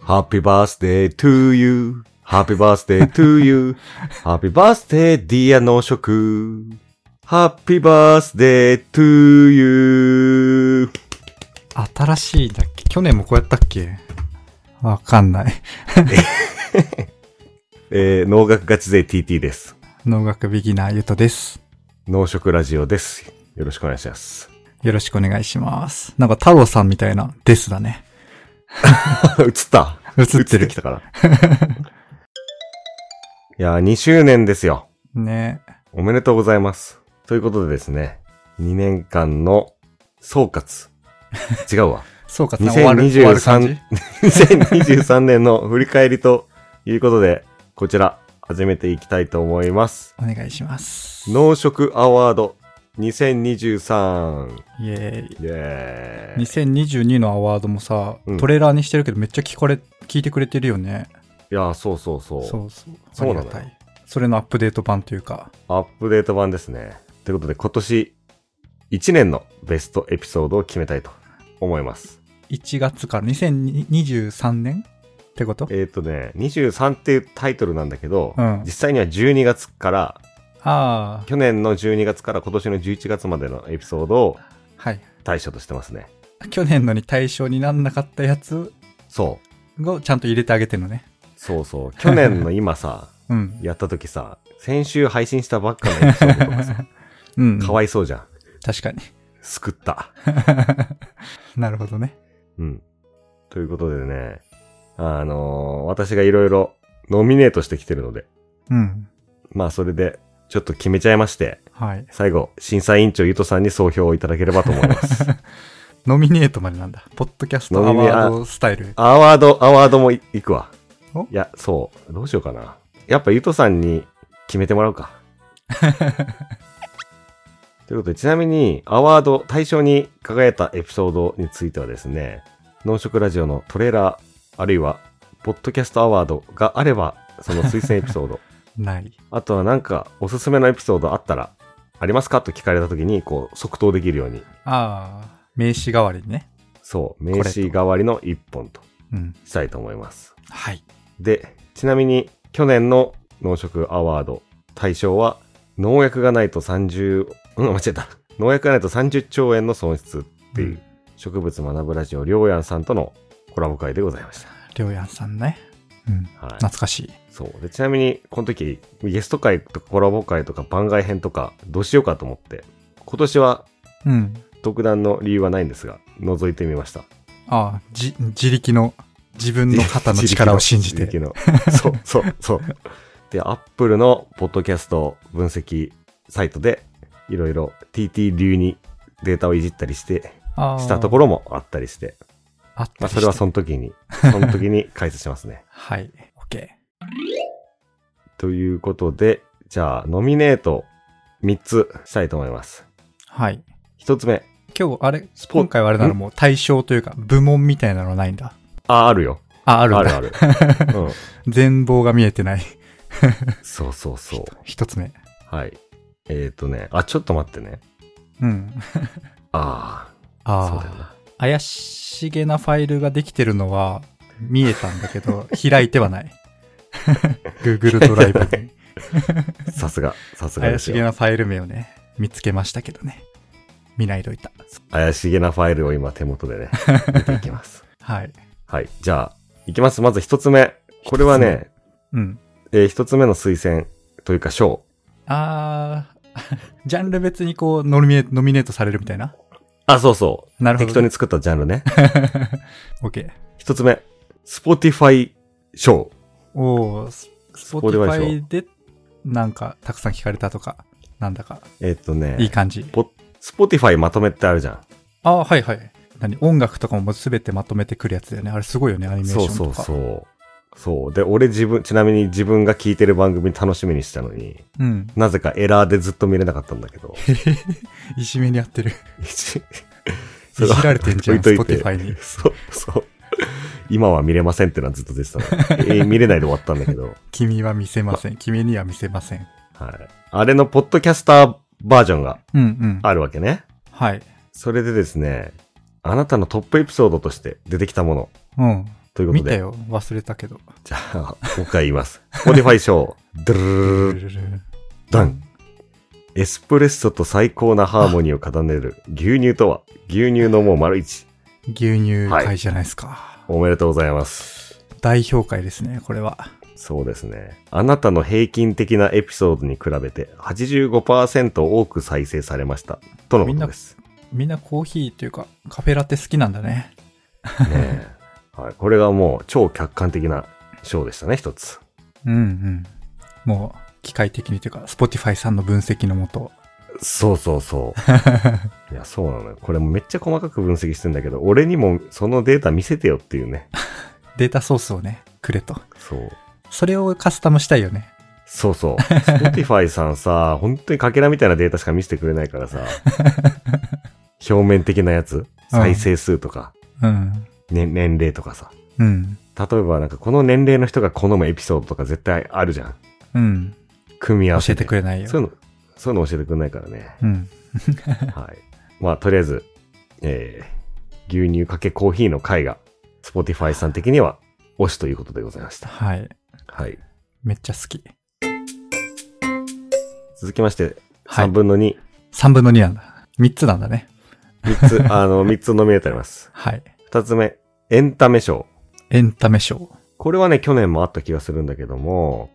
Happy birthday to you. Happy birthday to you. Happy birthday dear 農食。Happy birthday to you. 新しいだっけ去年もこうやったっけわかんない。 えー、農学ガチ勢 TT です。農学ビギナーゆとです。農食ラジオです。よろしくお願いします。 よろしくお願いします。なんか太郎さんみたいなですだね。映った映ってるき。たから。 いやー、2周年ですよ。ねおめでとうございます。ということでですね、2年間の総括。違うわ。そうか、終わる終わる感じ2023年の振り返りということで、こちら始めていきたいと思います。お願いします。農食アワード2023。イエーイ。イェーイ。 2022のアワードもさ、うんトレーラーにしてるけどめっちゃ聞かれ、聞いてくれてるよね。いやー、そうそうそう。そうそう。そうなのありがたい。それのアップデート版というか、アップデート版ですね。ということで、今年1年のベストエピソードを決めたいと思います。 1月から2023年ってことえっ、とね、23っていうタイトルなんだけど、うん実際には12月から、ああ、去年の12月から今年の11月までのエピソードをはい。対象としてますね。去年のに対象になんなかったやつそう。をちゃんと入れてあげてるのね。そうそう。去年の今 さ、うん。やった時さ、先週配信したばっかのエピソードとかさ、うん。かわいそうじゃん。確かに。 救った。なるほどね。うん。ということでね、あのー私がいろいろノミネートしてきてるので、うん。まあそれでちょっと決めちゃいまして、はい。最後、審査委員長ゆとさんに総評をいただければと思います。ノミネートまでなんだ。ポッドキャストアワードスタイル。アワード、アワードもいいくわ。おいや、そう。どうしようかな。やっぱゆとさんに決めてもらうか。ということで、ちなみに、アワード、対象に輝いたエピソードについてはですね、農食ラジオのトレーラー、あるいは、ポッドキャストアワードがあれば、その推薦エピソード、ない。あとはなんか、おすすめのエピソードあったら、ありますかと聞かれた時に、こう、即答できるように、ああ、名刺代わりにね。そう、れ名刺代わりの一本とうん。したいと思います。はい。で、ちなみに去年の農食アワード対象は農薬がないと30、うん、間違えた。農薬がないと30兆円の損失っていう植物学ぶラジオ、りょうやんさんとのコラボ会でございましりょうやんさんね。うん。た。はい。懐かしい。そう。で、ちなみに、この時、ゲスト会とかコラボ会とか番外編とか、どうしようかと思って、今年はうん。特段の理由はないんですが、覗いてみました。ああ、じ、自力の、自分の肩の力を信じて。自力のそうそうそう。で、アップルのポッドキャスト分析サイトで、いろいろ TT 流にデータをいじったりして、ああしたところもあったりして、あっまあ、たりして。それはその時に、その時に解説しますね はい。オッケということで、じゃあ、ノミネート3つしたいと思います。ー。はい。 1つ目、今日、あれ、スポ今回はあれなのんもう対象というか、部門みたいなのないんだ。あ、あるよ。あ、ああるるんあだ。る うん。全貌が見えてない。そうそうそう。 一つ目。はい。えっ、ー、とね、あ、ちょっと待ってね。うん。ああ、そうだよああ。な。怪しげなファイルができてるのは見えたんだけど、 開いてはない。Google ドラ イブにさすが、さすがで怪すしよげ。なファイル名をね、見つけましたけどね。見ないといた。怪しげなファイルを今手元でね、見ていきます。 はい。はい。じゃあ、いきます。まず一つ目。これはね、うん。えー一つ目の推薦というか賞。あー、 ジャンル別にこうノミネ、ノミネートされるみたいな。あ、そうそう。なるほど。適当に。作ったジャンルね。 OK。一つ目。Spotify 賞。おー、 Spotify で Spotify で、なんか、たくさん聞かれたとか、なんだか、えーっとね、いい感じ。ポ Spotify まとめってあるじゃん。ああ、はいはい。何音楽とかも全てまとめてくるやつだよね。あれすごいよね、アニメーシそョうンとか。そうそう。そう。で、俺自分、ちなみに自分が聞いてる番組楽しみにしたのに、うん。 なぜかエラーでずっと見れなかったんだけど。いじめにやってる。そいはじられてんじゃん、置いといて Spotify に。そうそう。今は見れませんってのはずっと出てたの。えー見れないで終わったんだけど。君は見せません。君には見せません。はい。あれのポッドキャスターバージョンがうんうん。あるわけね。はい。それでですね、あなたのトップエピソードとして出てきたもの。うん。ということ見で。たよ。忘れたけど。じゃあ、もう一回言います。Spotify ショー、ドゥルルルルダン。エスプレッソと最高なハーモニーを奏でる牛乳とは、牛乳のもう丸一。牛乳はい会じゃないですか。おめでとうございます。代表会ですね、これは。そうですね。あなたの平均的なエピソードに比べて85%多く再生されました。とのことです。みんなコーヒーというか、カフェラテ好きなんだね。ねえはい、これがもう超客観的な賞でしたね、一つ。うんうん。もう、機械的にというか、Spotify さんの分析のもと。そうそうそう。いや、そうなのよ。これもめっちゃ細かく分析してんだけど、俺にもそのデータ見せてよっていうね。データソースをね、くれと。そう。それをカスタムしたいよね。そうそう。Spotify さんさ、本当にかけらみたいなデータしか見せてくれないからさ、表面的なやつ、再生数とか、うん。ね年齢とかさ。うん。例えばなんかこの年齢の人が好むエピソードとか絶対あるじゃん。うん。組み合教わせえてくれないよ。そういうの、そういうの教えてくれないから ね。うん。はい。まあ、とりあえず、えー、牛乳かけコーヒーの会が、Spotify さん的には、推しということでございました。はい。はい。めっちゃ好き。続きまして、はい3分の2、 3分の2なんだ。3つなんだね。 3つ、 あの、3つノミネートあります。はい。 2つ目、エンタメ賞。エンタメ賞。これはね、去年もあった気がするんだけども、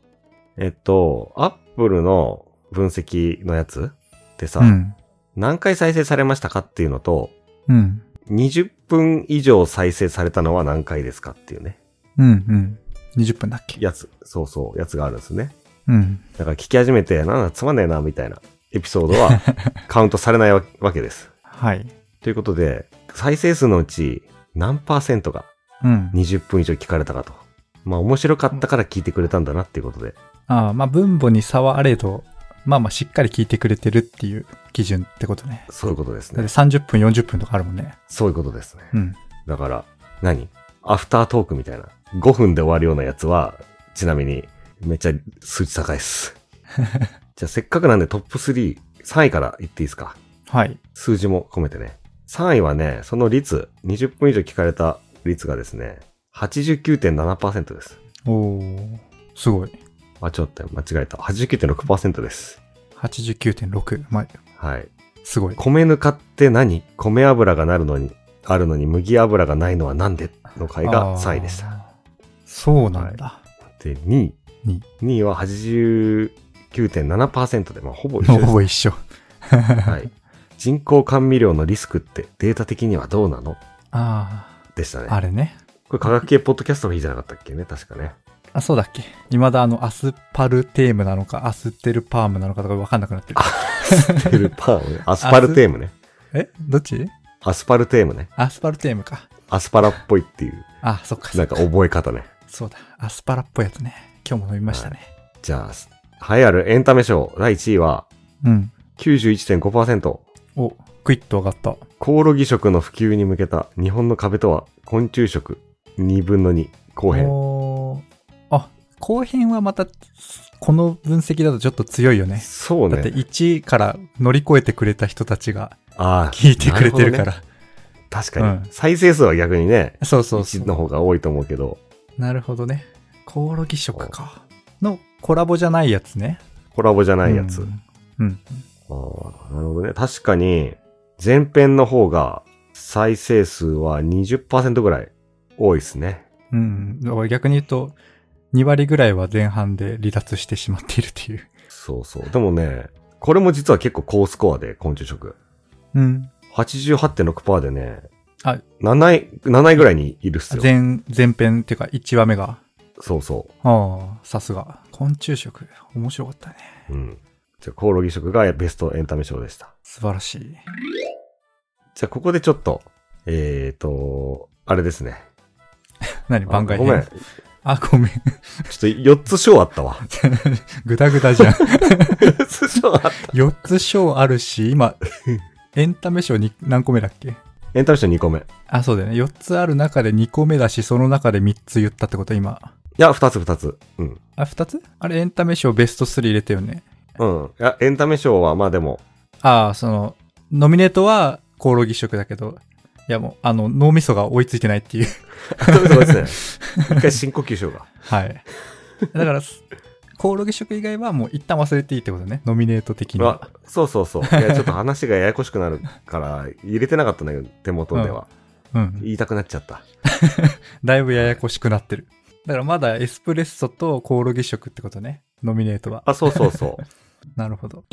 えっと、Apple の分析のやつってさ、うん。何回再生されましたかっていうのと、うん。 20分以上再生されたのは何回ですかっていうね、うんうん。20分だっけやつ、そうそう、やつがあるんですね。うん。だから聞き始めて、なんだつまんねえな、みたいなエピソードはカウントされないわわけです。はい。ということで、再生数のうち何パーセントがうん。 20分以上聞かれたかと。まあ面白かったから聞いてくれたんだなっていうことで。ああ、まあ分母に差はあれど、まあまあしっかり聞いてくれてるっていう基準ってことね。そういうことですだっねて。30分、40分とかあるもんね。そういうことですね。うん。だから、何アフタートークみたいな。5分で終わるようなやつは、ちなみにめっちゃ数値高いっす。じゃあせっかくなんでトップ3、3位から言っていいですか。はい。数字も込めてね。3位はね、その率、20分以上聞かれた率がですね、89.7%です。おー、すごい。あ、ちょっと間違えた。89.6%です。 89.6。まあ、はい。すごい。米ぬかって何米油がなるのに、あるのに麦油がないのはなんでの回が3位でした。た。そうなんだ。で、2位。 2位2位は89.7%で、まあ、ほぼ一緒 ほです。ぼ一緒。はい。人工甘味料のリスクってデータ的にはどうなのあでしたねあ、。あれね。これ科学系ポッドキャストの日じゃなかったっけね確かね。あ、そうだっけ未だあの、アスパルテームなのか、アステルパームなのかとかわかんなくなってる。ステルパ ームね。アスパルテームね。えどっちアスパルテームね。アスパルテームか。アスパラっぽいっていう、あ、そっか。そなっんか覚え方ね。そうだ。アスパラっぽいやつね。今日も飲みましたね。じゃあ、栄えあるエンタメ賞第1位はうん。 91.5%。お、クイッと上がった。コオロギ食の普及に向けた日本の壁とは昆虫食2分の2後編。おーあ、後編はまた、この分析だとちょっと強いよね。そうだってね。 1から乗り越えてくれた人たちがああ。聞いてくれてるかなら。ほどね確かに、うん再生数は逆にね、そうそうそ1のう。方が多いと思うけど、なるほどね。コオロギ食か。のコラボじゃないやつね。コラボじゃないやつ。うん。うんああ、なるほどね。確かに、前編の方が再生数は20%ぐらい多いですね。うん。だから逆に言うと、2割ぐらいは前半で離脱してしまっているっていう。そうそう。でもね、これも実は結構高スコアで、昆虫食。うん。 88.6%でね、あ7位、7位ぐらいにいるっすよ。前、前編っていうか1話目が。そうそああ、さすが。昆虫食、面白かったね。う。うん。じゃあ、コオロギ食がベストエンタメ賞でした。素晴らしい。じゃあ、ここでちょっと、えーと、あれですね。何あ番外ご編めん。ちょあ、ごめん。 っと4つ賞あったわ。ぐだぐだじゃん。 4つ賞あった。 4つ賞あるし、今、エンタメ賞に何個目だっけエンタメ賞2個目。いあ、そうだよね。4つある中で2個目だし、その中で3つ言ったってこと、今。や、2つ2つ。うん。あ、2つあれ、エンタメ賞ベスト3入れたよね。うん。いや、エンタメ賞は、まあでも、ああ、その、ノミネートはコオロギ食だけど、いやもう、あの、脳みそが追いついてないっていう。頭が落ちてない。一回深呼吸しよう か。はい。だから、すコオロギ食以外はもう一旦忘れていいってことね。ノミネート的にはあ。そうそうそう。いや、ちょっと話がややこしくなるから、入れてなかったんだけど、手元では。うん。言いたくなっちゃった。だいぶややこしくなってる。だからまだエスプレッソとコオロギ食ってことね。ノミネートは。あ、そうそう そう。なるほど。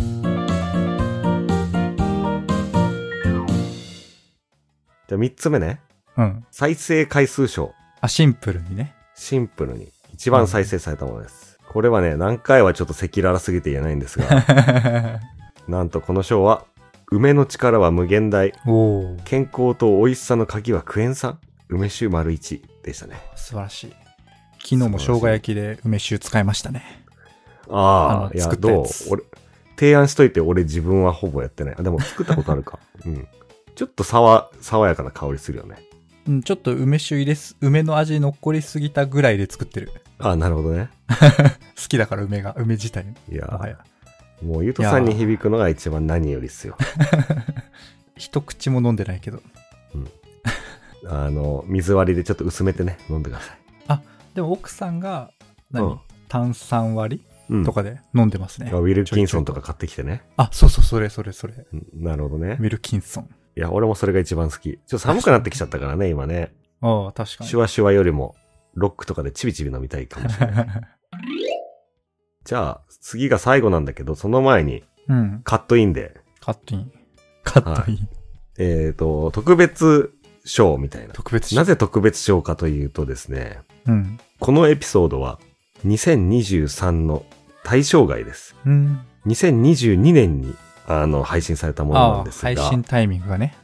じゃあ3つ目ね。うん。再生回数賞。あ、シンプルにね。シンプルに。一番再生されたものです。これはね、何回はちょっと赤裸々すぎて言えないんです が、なんとこの賞は、梅の力は無限大。 おー。健康と美味しさの鍵はクエン酸。梅酒丸一でしたね。素晴らしい。昨日も生姜焼きで梅酒使いましたね。ああのあ、いや、作ったどやうつ俺、提案しといて俺自分はほぼやってない。あ、でも作ったことあるか。 うん。ちょっと爽爽やかな香りするよね。うん、ちょっと梅酒入れす、梅の味残りすぎたぐらいで作ってる。ああ、なるほどね。好きだから梅が、梅自体もいや、はや。もうゆうとさんに響くのが一番何よりっすよ。一口も飲んでないけど。あの、水割りでちょっと薄めてね、飲んでください。でも奥さんが何、うん炭酸割うんりとかで飲んでますね。ウィルキンソンとか買ってきてね。あ、そうそう、それそれそれ。うんなるほどねウ。ィルキンソン。いや、俺もそれが一番好き。ちょっと寒くなってきちゃったからね、今ね。ああ、確かにシュ。ワシュワよりも、ロックとかでチビチビ飲みたいかもしれない。じゃあ、次が最後なんだけど、その前に、うん。カットインで、カットイン。カットイン。えっ、と、特別賞みたいな。特別なぜぜ特別賞かというとですね、うん。このエピソードは、2023の対象外です。うん。 2022年に、あの、配信されたものなあんあ、ですが、配信タイミングがね、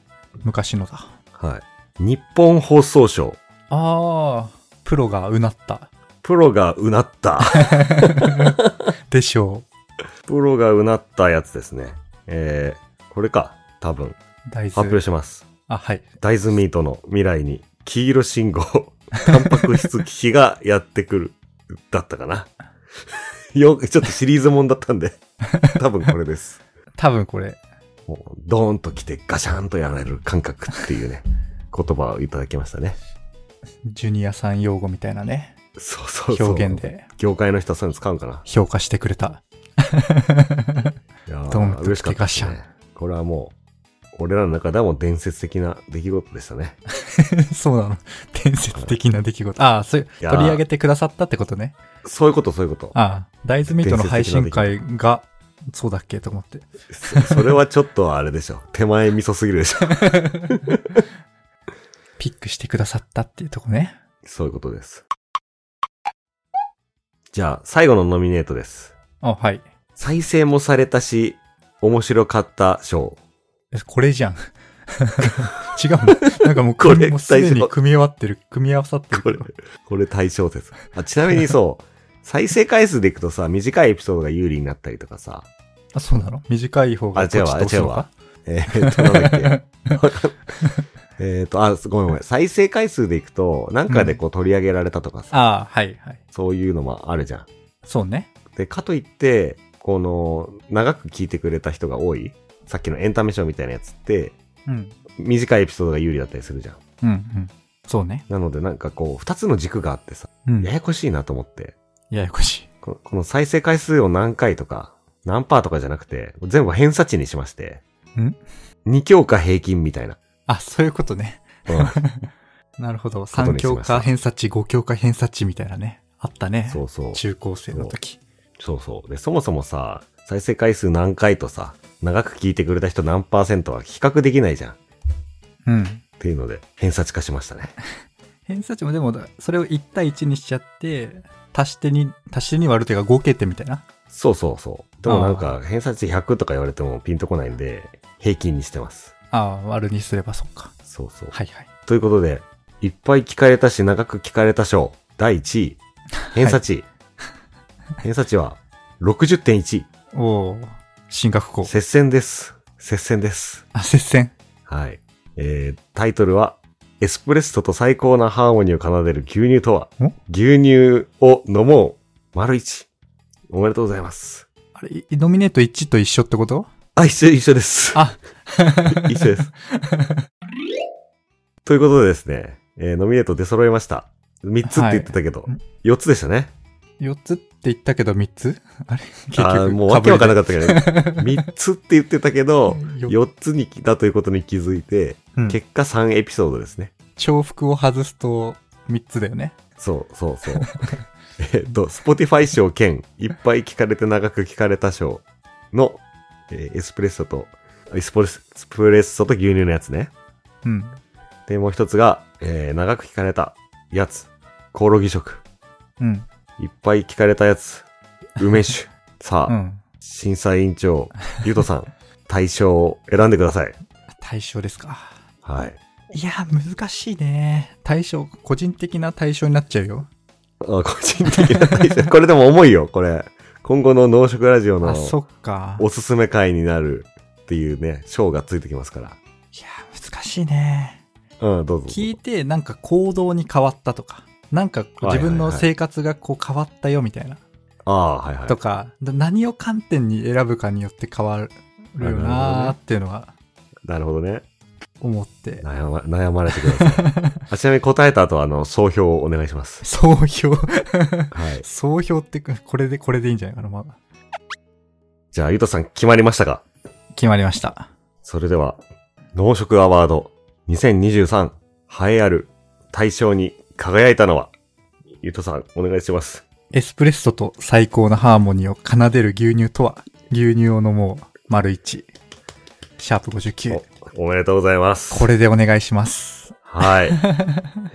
昔のだ。はい。日本放送賞、ああ、プロがうなった。プロがうな った。でしょプロがうなったやつですね。えー、これか、多分、う。大発表豆。します。あ、はい。大豆ミートの未来に、黄色信号、 タンパク質危機がやってくる、だったかな。 よ、ちょっとシリーズもんだったんで、 多分これです。多分これ。もうドーンと来てガシャンとやられる感覚っていうね、言葉をいただきましたね。ジュニアさん用語みたいなね、そうそうそう。表現。で業界の人はそういうの使うんかな。評価してく れた。いやードンと嬉しかったで来すてガシね。これはもう、俺らの中ではもう伝説的な出来事でしたね。そうなの。伝説的な出来事。ああ、そういう、いやー取り上げてくださったってことね。そういうこと、そういうこと。ああ、大豆ミートの配信会が、そうだっけと思って。そ それはちょっとあれでしょ。手前味噌すぎるでしょ。ピックしてくださったっていうとこね。そういうことです。じゃあ、最後のノミネートです。あ、はい。再生もされたし、面白かった賞。えこれじゃん。 違うのなんかもうこれ組み、もうすで最に初組み合わってる、組み合わさってる。これ、これ対象です。あちなみにそう、再生回数でいくとさ、短いエピソードが有利になったりとかさ、あ、そうなの短い方があ違うわポチッと押すのかえーっと、なんだっ け。えーっと、あ、ごめんごめん。再生回数でいくと、なんかでこう取り上げられたとかさ、ああ、はい、はい。そういうのもあるじゃん。そうね。で、かといって、この、長く聞いてくれた人が多い、さっきのエンタメショーみたいなやつって、うん。短いエピソードが有利だったりするじゃん。うん、うん。そうね。なので、なんかこう、二つの軸があってさ、うん。ややこしいなと思って、ややこしい。このこの再生回数を何回とか、何パーとかじゃなくて、全部偏差値にしまして、ん ?2 強化平均みたいな。あ、そういうことね。うんなるほとど。にし3ました強化偏差値、5強化偏差値みたいなね。あった ね。そうそう。中高生の時。そうそう。で、そもそもさ、再生回数何回とさ、長く聞いてくれた人何パーセントは比較できないじゃん。っうん。ていうので、偏差値化しましたね。偏差値もでも、それを1対1にしちゃって、足して2、足して2割るというか合計点みたいな。そうそうそう。でもなんか、偏差値100とか言われてもピンとこないんで、平均にしてます。ああ、割るにすればそっか。そうそう。はいはい。ということで、いっぱい聞かれたし、長く聞かれた賞、第1位、偏差値。偏差値は60.1。おお進学校。接戦です。 接戦です。あ、接戦。はい。えー、タイトルは、エスプレッソと最高なハーモニーを奏でる牛乳とはん、牛乳を飲もう、丸一。おめでとうございます。あれ、いノミネート1と一緒ってこと あ、一緒、一緒です。あ一緒です。ということでですね、えーノミネート出揃えました。3つって言ってたけど、はい4つでしたね。 4つって言ったけど3つ あれ結局。あーもうわけわかんなかっったけど、ね、3つ って言ってたけど、4つにだということに気づいて、結果3エピソードですね。重複を外すと3つだよね。そうそうそう。 えっと、Spotify 賞兼、いっぱい聞かれて長く聞かれた賞の、えーエスプレッソと、エスプレスエスプレッソと牛乳のやつね。うん。で、もう一つが、えー長く聞かれたやつ、コオロギ食。うん。いっぱい聞かれたやつ、梅 酒。さあ、うん。審査委員長、ゆうとさん、対象を選んでください。対象ですか。はい。いや、難しいね。対象、個人的な対象になっちゃうよ。あ個人的な対 象。これでも重いよ、これ。今後の農食ラジオのあ、そっか。いおすすめ会になるっていうね、賞がついてきますから。や、難しいね。うん、どうぞ。聞いて、なんか行動に変わったとか、なんかこうはい自はいはい分の生活がこう変わったよみたいな、ああ、はいはい。とか、だ何を観点に選ぶかによって変わるよなーっていうのはなるほどね。思って。悩ま悩まれてくだ さい。あちなみに答えた後、あの、総評をお願いします。総評。はい。総評ってく、これで、これでいいんじゃないかな、まだ。じゃあ、ゆうとさん決まりましたか決まりました。それでは、農食アワード2023栄えある大賞に輝いたのは、ゆうとさん、お願いします。エスプレッソと最高のハーモニーを奏でる牛乳とは、牛乳を飲もう、丸一。シャープ59。おめでとうございます。これでお願いします。 はい。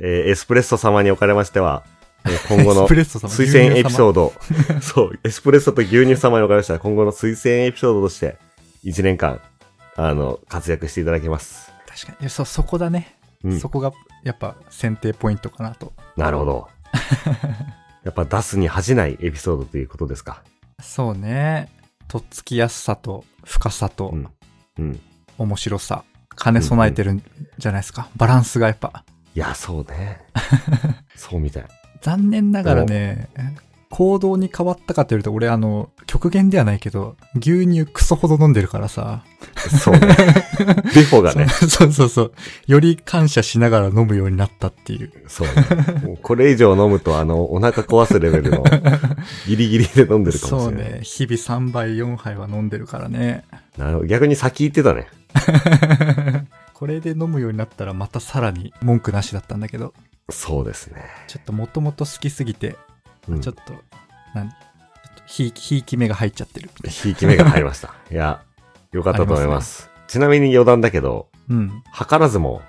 えーエスプレッソ様におかれましては、えー今後エのスプレッソ様推 薦エピソーード、そう、エスプレッソと牛乳様におかれましては、今後の推薦エピソードとして、1年間、あの、活躍していただきます。ド。確かにいや。そ、そこだね。うんそ。こが、やっぱ、選定ポイントかなと。なるほ ど。やっぱ出すに恥じないエピソードということですか。そうね。とっつきやすさと、深さと、うんうん。面白さ。兼ね備えてるんじゃないですか。バランスがやっぱ。いや、そう ね。そうみたい。残念ながらね、行動に変わったかというと、俺あの、極限ではないけど、牛乳クソほど飲んでるからさ。そうね。ビフォがね。 そうそうそうそう。より感謝しながら飲むようになったっていう。そう ね。もうこれ以上飲むと、あの、お腹壊すレベルの、ギリギリで飲んでるかもそしうれない。ね。日々3杯、4杯は飲んでるからね。 なるほど。逆に先行ってたね。これで飲むようになったらまたさらに文句なしだったんだけど、そうですね。ちょっともともと好きすぎて、うんちょっと、何ちょっとひいき、ひいき目が入っちゃってるみたいひいき目が入りました。 いや、よかったと思います。ちなみに余談だけど、な。うん。図らずも、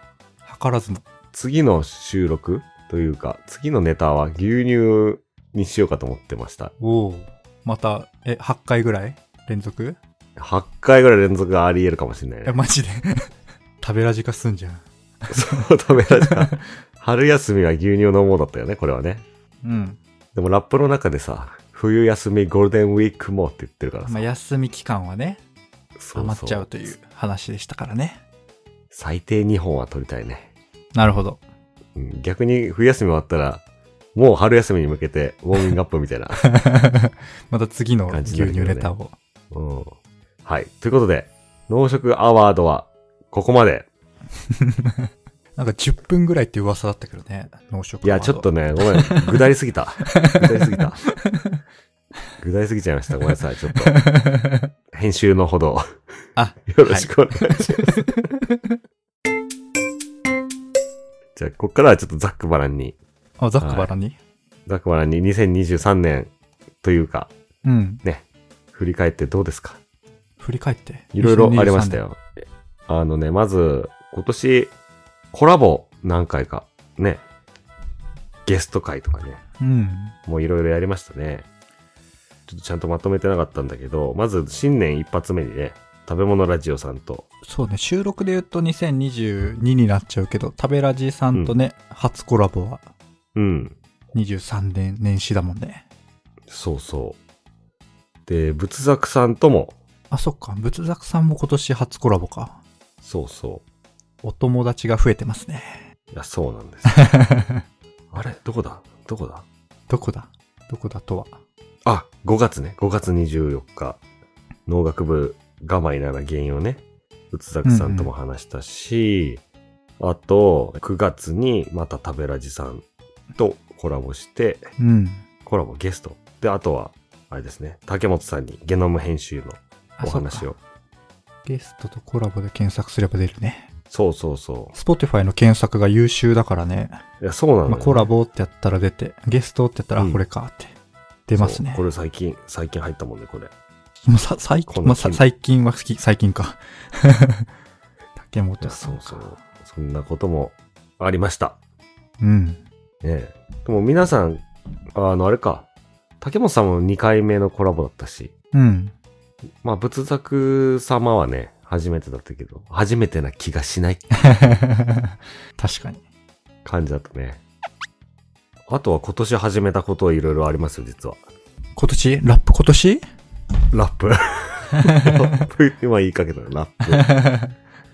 計らずも。次の収録というか、次のネタは牛乳にしようかと思ってました。おお。また、え、8回ぐらい連続8回ぐらい連続があり得るかもしれないえ、ね。マジで。 食べラジ化すんじゃん。 そう、食べられた。 春休みは牛乳飲もうだったよね、これはね。うん。でもラップの中でさ、冬休みゴールデンウィークもって言ってるからさ。まあ、休み期間はね、そうそう余っちゃうという話でしたからね。最低2本は取りたいね。なるほ ど。うん逆に冬休み終わったら、もう春休みに向けてウォーミングアップみ たいな。また次の感牛じになるけどね乳ネタを。うん。はい。ということで、農食アワードはここまで。なんか10分ぐらいって噂だったけどね、農食いや、ちょっとね、ごめん。ぐだりすぎた。ぐだりすぎ た。ぐだりすぎちゃいました。ごめんなさい。ちょっと。編集のほど、あ、 よろしくお願いします。じゃあ、こっからはちょっとざっくばらんに、 あ、ザックバラに、ざっくばらんに2023年というか、うん。振り返ってどうですか振り返って。いろいろありましたよ。あのね、まず、今年、コラボ何回か、ね、ゲスト会とかね、 2023年。もういろいろやりましたね。ちょっとちゃんとまとめてなかったんだけど、まず新年一発目にね、食べ物ラジオさんと、うん。そうね、収録で言うと2022になっちゃうけど、食べラジさんとね、初コラボはうん、 23年、年始だもんね。そうそう。で、仏作さんとも、あ、そっか、仏作さんも今年初コラボか。そうそお友達が増えてますね。う。いや、そうなん です。あれどこだどこだどこだどこだとは。あ、5月ね。5月24日。農学部我慢なら原因をね、仏作さんとも話したし、あと、9月にまた食べラジさんとコラボして、うん。コラボゲスト。で、あとは、あれですね、竹本さんにゲノム編集のあお話そっかを。ゲストとコラボで検索すれば出るね。そうそうそ Spotify の検索が優秀だからね。う。いや、そうなのよね、まあ、コラボってやったら出て、ゲストってやったら、うんあこれかって出ますそねう。これ最近、最近入ったもんね、これ。もうさ最こ近、のまあ、さ近最近は好き、最近か。 竹本さそんうか。そう。そんなこともありました。うん。ねえ。でも皆さん、あの、あれか。竹本さんも2回目のコラボだったし、うん。 まあ、仏作様はね、初めてだったけど、初めてな気がし ない確かに。感じだったね。あとは今年始めたこといろいろありますよ、実は。今年ラップ今年ラ ップ。ラップ、今言いかけたよラップ。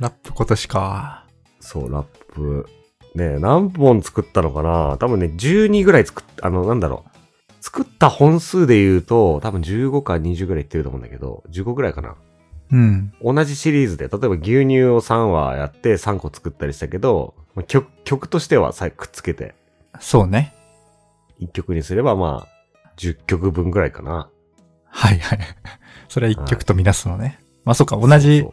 ラップ今年か。そう、ラップ。ねえ何本作ったのかな多分ね、12ぐらい作っ、あの、なんだろう。作った本数で言うと、多分15か20ぐらいいってると思うんだけど、15ぐらいかな。うん。同じシリーズで、例えば牛乳を3話やって3個作ったりしたけど、まあ曲、曲としてはさくっつけて、そうね。 1曲にすればまあ、10曲分ぐらいかな。はいはい。 それは一曲とみなすのね。まあそうか、同じそう、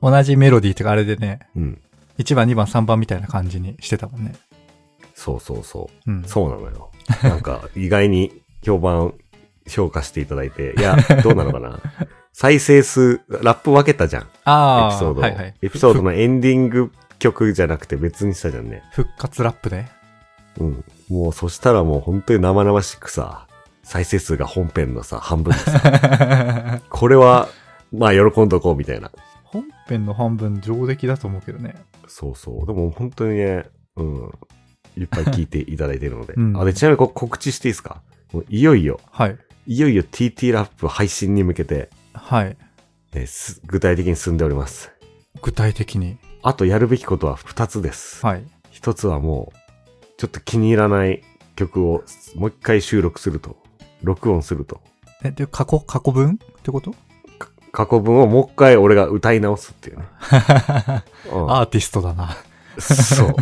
そ同じメロディーとかあれでね、ううん。 1番、2番、3番みたいな感じにしてたもんね。そうそうそう。うん。そうなのよ。 なんか、意外に評判、評価していただいて、いや、どうなのか な。再生数、ラップ分けたじゃん。エああ、ピソードを。はいはい。エピソードのエンディング曲じゃなくて別にしたじゃんね。復活ラップね。 うん。もう、そしたらもう本当に生々しくさ、再生数が本編のさ、半分で さ、これは、まあ、喜んどこうみたいな。本編の半分上出来だと思うけどね。そうそう。でも本当にね、うん。いっぱい聞いていただいているので。うんあ、で、ちなみにこ告知していいですかもういよいよ、はい。いよいよ TT ラップ配信に向けて、はい。えーす具体的に進んでおります。具体的に。あとやるべきことは2つです。はい。 1つはもう、ちょっと気に入らない曲をもう一回収録すると、録音すると、え、で、過去、過去文ってこと か過去文をもう一回俺が歌い直すっていうね。アうんーティストだな。そう。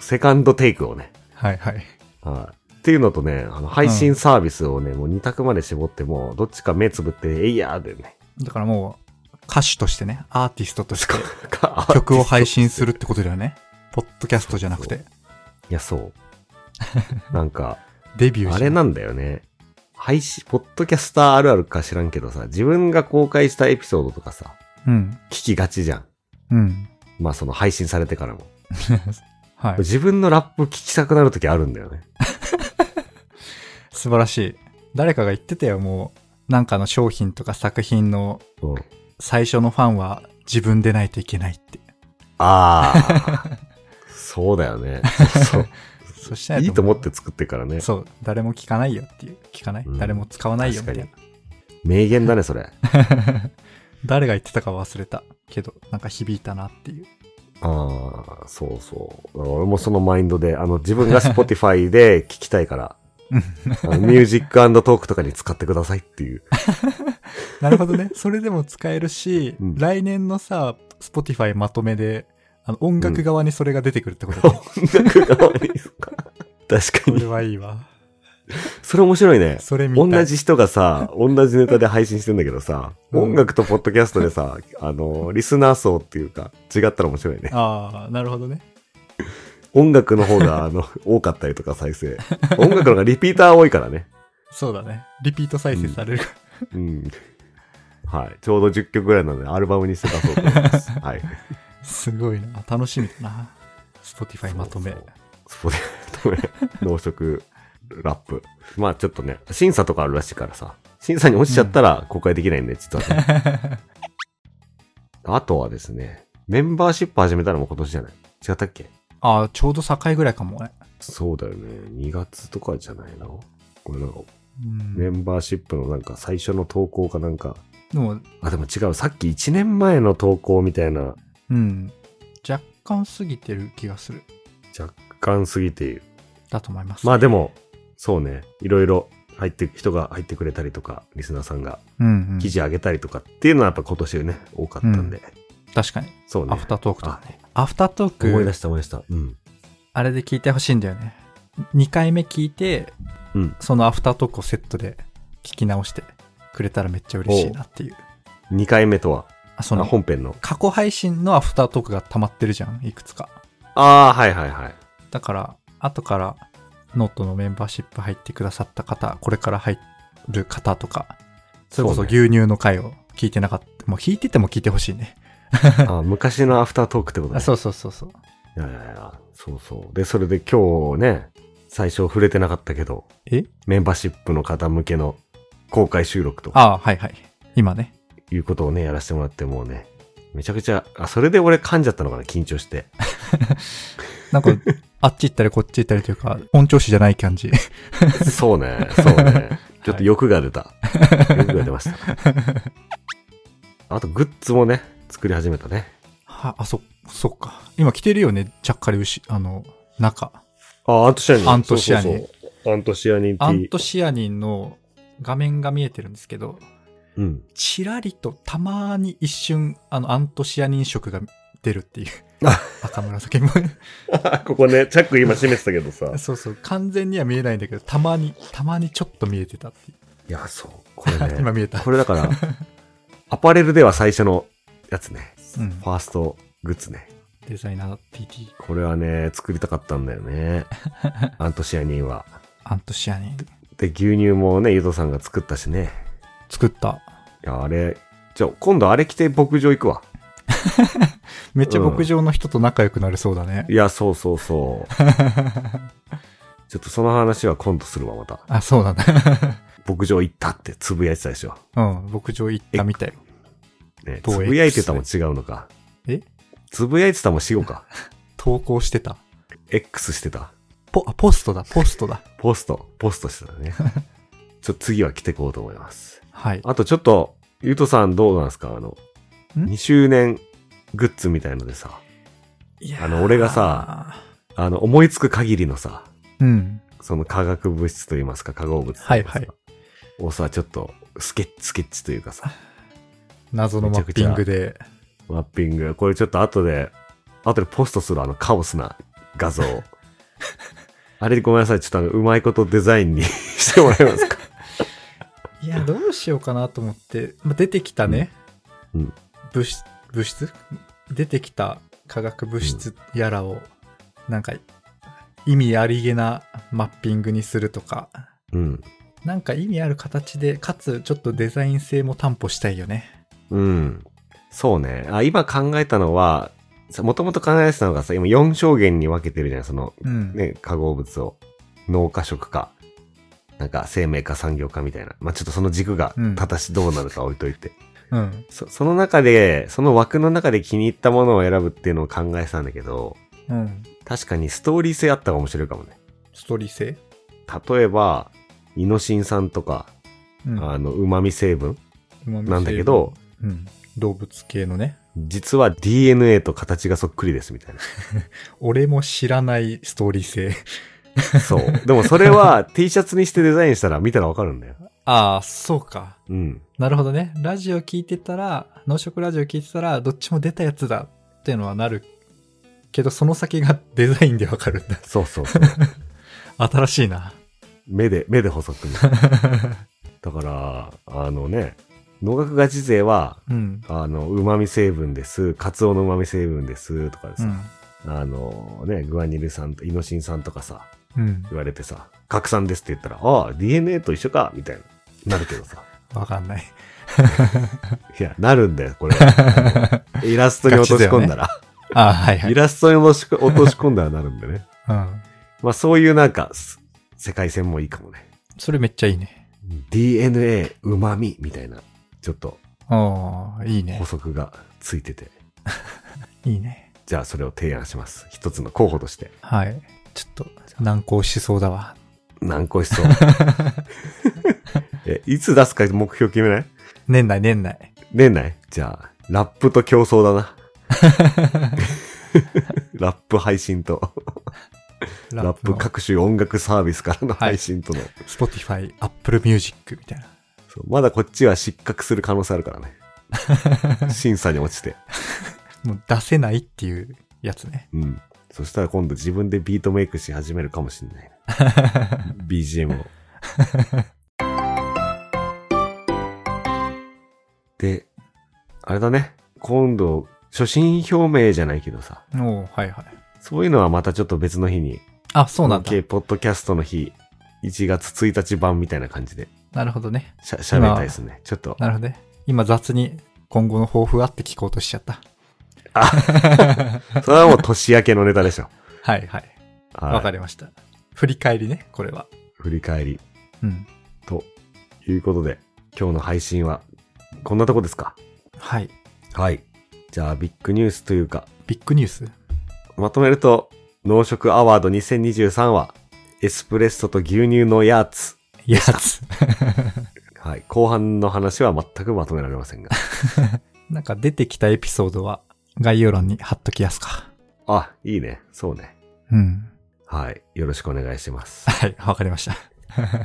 セカンドテイクをね。はいはい。はい。っていうのとね、あの配信サービスをね、もう2択まで絞っても、どっちか目つぶって、えいやーでね、だからもう、歌手としてね、アーティストとしてか曲を配信するってことだよね。ポッドキャストじゃなくて、いや、そう。なんか、デビューあしれなんだよね。配信、ポッドキャスターあるあるか知らんけどさ、自分が公開したエピソードとかさ、うん。聞きがちじゃん。うん。まあその配信されてからも。はい。自分のラップ聞きたくなるときあるんだよね。素晴らしい。誰かが言ってたよ、もう。なんかの商品とか作品のうん。最初のファンは自分でないといけないって。ああ。 そうだよね。そうそしそたう。らいいと思って作ってからね。そう、誰も聞かないよっていう。聞かない、うん誰も使わないよみたい確かなに。。名言だね、それ。あ誰が言ってたか忘れたけど、なんか響いたなっていう。あ、そうそう。俺もそのマインドで、あの、自分が Spotify で聞きたい から、あのミュージックトークとかに使ってくださいっていう。なるほ どね。それでも使えるし、うん来年のさ、Spotify まとめで、あの音楽側にそれが出てくるってことだね。 音楽側にですか確かこれに。はいいわ。それ面白いね。それ見たい。同じ人がさ、同じネタで配信してんだけどさ、うん音楽とポッドキャストでさ、あの、リスナー層っていうか、違ったら面白いね。ああ、なるほどね。音楽の方が、あの、多かったりとか再生。音楽の方がリピーター多いからね。そうだね。リピート再生される。うん。はい。ちょうど10曲ぐらいなので、アルバムにして出そうと思い ます。はい。すごいな。楽しみだな。Spotify まとめ。そうそうそこで、 農食、ラップ。まあちょっとね、審査とかあるらしいからさ、審査に落ちちゃったら公開できないんで、実は、ね。 あとはですね、メンバーシップ始めたのも今年じゃない違ったっけああ、ちょうど境ぐらいかもね。そうだよね。2月とかじゃないのこれなんか、うん。メでンバーシップのなんか最初の投稿かなんか、も、あ、でも違う。さっき1年前の投稿みたいな、うん。若干過ぎてる気がする。若干過ぎている。だと思います。まあでも、そうね、いろいろ入って、人が入ってくれたりとか、リスナーさんがうん、うん。記事上げたりとかっていうのはやっぱ今年ね、多かったんで、確かに。そうね。アフタートークとかあね。アフタート思い出ーク、した思い出した。うん。あれで聞いてほしいんだよね。2回目聞いて、うん。そのアフタートークをセットで聞き直してくれたらめっちゃ嬉しいなっていう。 2回目とは、あ、そあの、本編の。過去配信のアフタートークが溜まってるじゃん、いくつか。ああ、はいはいはい。だから、後からノートのメンバーシップ入ってくださった方、これから入る方とか、それこそうね牛乳の回を聞いてなかった。もう聞いてても聞いてほしいね。あ昔のアフタートークってことあね。そうそうそうそう。いやいやいや、そうそう。で、それで今日ね、最初触れてなかったけど、えメンバーシップの方向けの公開収録とああ、はいはい。今ね。いうことをね、やらせてもらって、もうね、めちゃくちゃ、あ、それで俺噛んじゃったのかな、緊張して。なん か、あっち行ったりこっち行ったりというか、音調子じゃない感じ。そうね、そうね。ちょっと欲が出た。欲が出ました。あと、グッズもね、作り始めたね。 はあ、そ、そっか。今着てるよね。ちゃっかり牛、あの、中。あ、アントシアニン。アントシアニそうンそうそう。アントシアニン T。アントシアニンの画面が見えてるんですけど、うん。ちらりとたまーに一瞬、あの、アントシアニン色が出るっていうあ。赤紫も。 ここね、チャック今閉めてたけどさ。そうそう。完全には見えないんだけど、たまに、たまにちょっと見えてたっていいや、そう。これ う。ね。今見えた。これだから、アパレルでは最初のやつね。うんファーストグッズね。デザイナー TT。これはね、作りたかったんだよ ね。アントシアニンは。アントシアニン。で、牛乳もね、ゆとさんが作ったしね。作った。いや、あれ、じゃあ今度あれ着て牧場行くわ。めっちゃ牧場の人と仲良くなれそうだね。いや、そうそうそう。ちょっとその話は今度するわ、また。あ、そうだね。 牧場行ったってつぶやいてたでしょ。うん。牧場行ったみたい。ね、某つ X ぶやいてたも違うのか。えつぶやいてたも死後か。投稿してた。 X してた。ポ、あ、ポストだ、ポストだ。ポスト、ポストしてたね。ちょっと次は来てこうと思います。はい。あとちょっと、ゆうとさんどうなんですかあの、ん2周年グッズみたいのでさ、あの俺がさ、あの、思いつく限りのさ、うん。その化学物質といいますか、化合物といいますかはいはいをさ、ちょっと、スケッチ、スケッチというかさ、謎のマッピングで。マッピング。これちょっと後で、後でポストするあのカオスな画 像。あれごめんなさい。ちょっとあの、うまいことデザインにしてもらえますか。 いや、どうしようかなと思って、まあ、出てきたね、うんうん物質、物質出てきた化学物質やらを、なんか、意味ありげなマッピングにするとか、うん。なんか意味ある形で、かつちょっとデザイン性も担保したいよね。うん。そうね。あ、今考えたのは、もともと考えてたのがさ、今4証言に分けてるじゃん。その、うん。ね、化合物を。農家食か、なんか生命か産業かみたいな。まあ、ちょっとその軸がうん正しどうなるか置いといて。うん。そその中で、その枠の中で気に入ったものを選ぶっていうのを考えてたんだけど、うん。確かにストーリー性あったら面白いかもね。ストーリー性例えば、イノシン酸とか、うん。あの、旨味成分、旨味成分なんだけど、うん。動物系のね、実は DNA と形がそっくりですみたい俺も知らないストーリー性。 な。そう。でもそれは T シャツにしてデザインしたら見たらわかるんだよ。ああ、そうか。うん。なるほどね。ラジオ聞いてたら、農食ラジオ聞いてたら、どっちも出たやつだっていうのはなる。けど、その先が デザインでわかるんだ。そうそうそう。新しいな。目で、目で細く見 る。だから、あのね、農学ガチ勢は、うん。あの、旨味成分です、カツオの旨味成分です、とかでうさ、ん。あのね、グアニル酸とイノシン酸とかさ、うん。言われてさ、拡散ですって言ったら、ああ、DNA と一緒か、みたいな、なるけどさ。 わかん ない。いや、なるんだよ、これ は。イラストに落とし込んだら。ああ、はいはイい。ラストに落とし落とし込んだらなるんでね。うん。まあそういうなんか、す世界線もいいかもね。それめっちゃいいね。 DNA、旨味みたいな、ちょっとああ、いいね補。足がついてて。いいね。じゃあそれを提案します。一つの候補として。はい。ちょっと、難航しそうだわ。難航し そう。え、いつ出すか目標決めない年内年内。年内じゃあ、ラップと競争だ な。ラップ配信と、ラップか。各種音楽サービスからのはい配信との、スポティファイ、アップルミュージックみたいな。 そうまだこっちは失格する可能性あるからね。審査に落ちて。もう出せないっていうやつね。うん。そしたら今度自分でビートメイクし始めるかもしれ ない。BGM を。で、あれだね。今度、初心表明じゃないけどさ。おうはいはい。そういうのはまたちょっと別の日に。あ、そうなんだ。 OK ポッドキャストの日、1月1日版みたいな感じでなるほどね。しゃ、しゃべりたいですね。ちょっと。なるほどね。今雑に今後の抱負はって聞こうとしちゃった。あ、それはもう年明けのネタで しょ。はいはい。はいわかりました。振り返りね、これは。振り返り。うん。ということで、今日の配信は、こんなとこですかはい。はい。じゃあ、ビッグニュースというか、ビッグニュース。まとめると、農食アワード2023は、エスプレッソと牛乳のやつ。やつ。はい。後半の話は全くまとめられません が。 なんか出てきたエピソードは概要欄に貼っときやすか。あ、いいね。そうね。うん。はい。よろしくお願いします。はい、わかりました。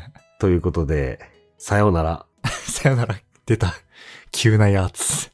ということで、さようなら。さよなら。出た。急なやつ。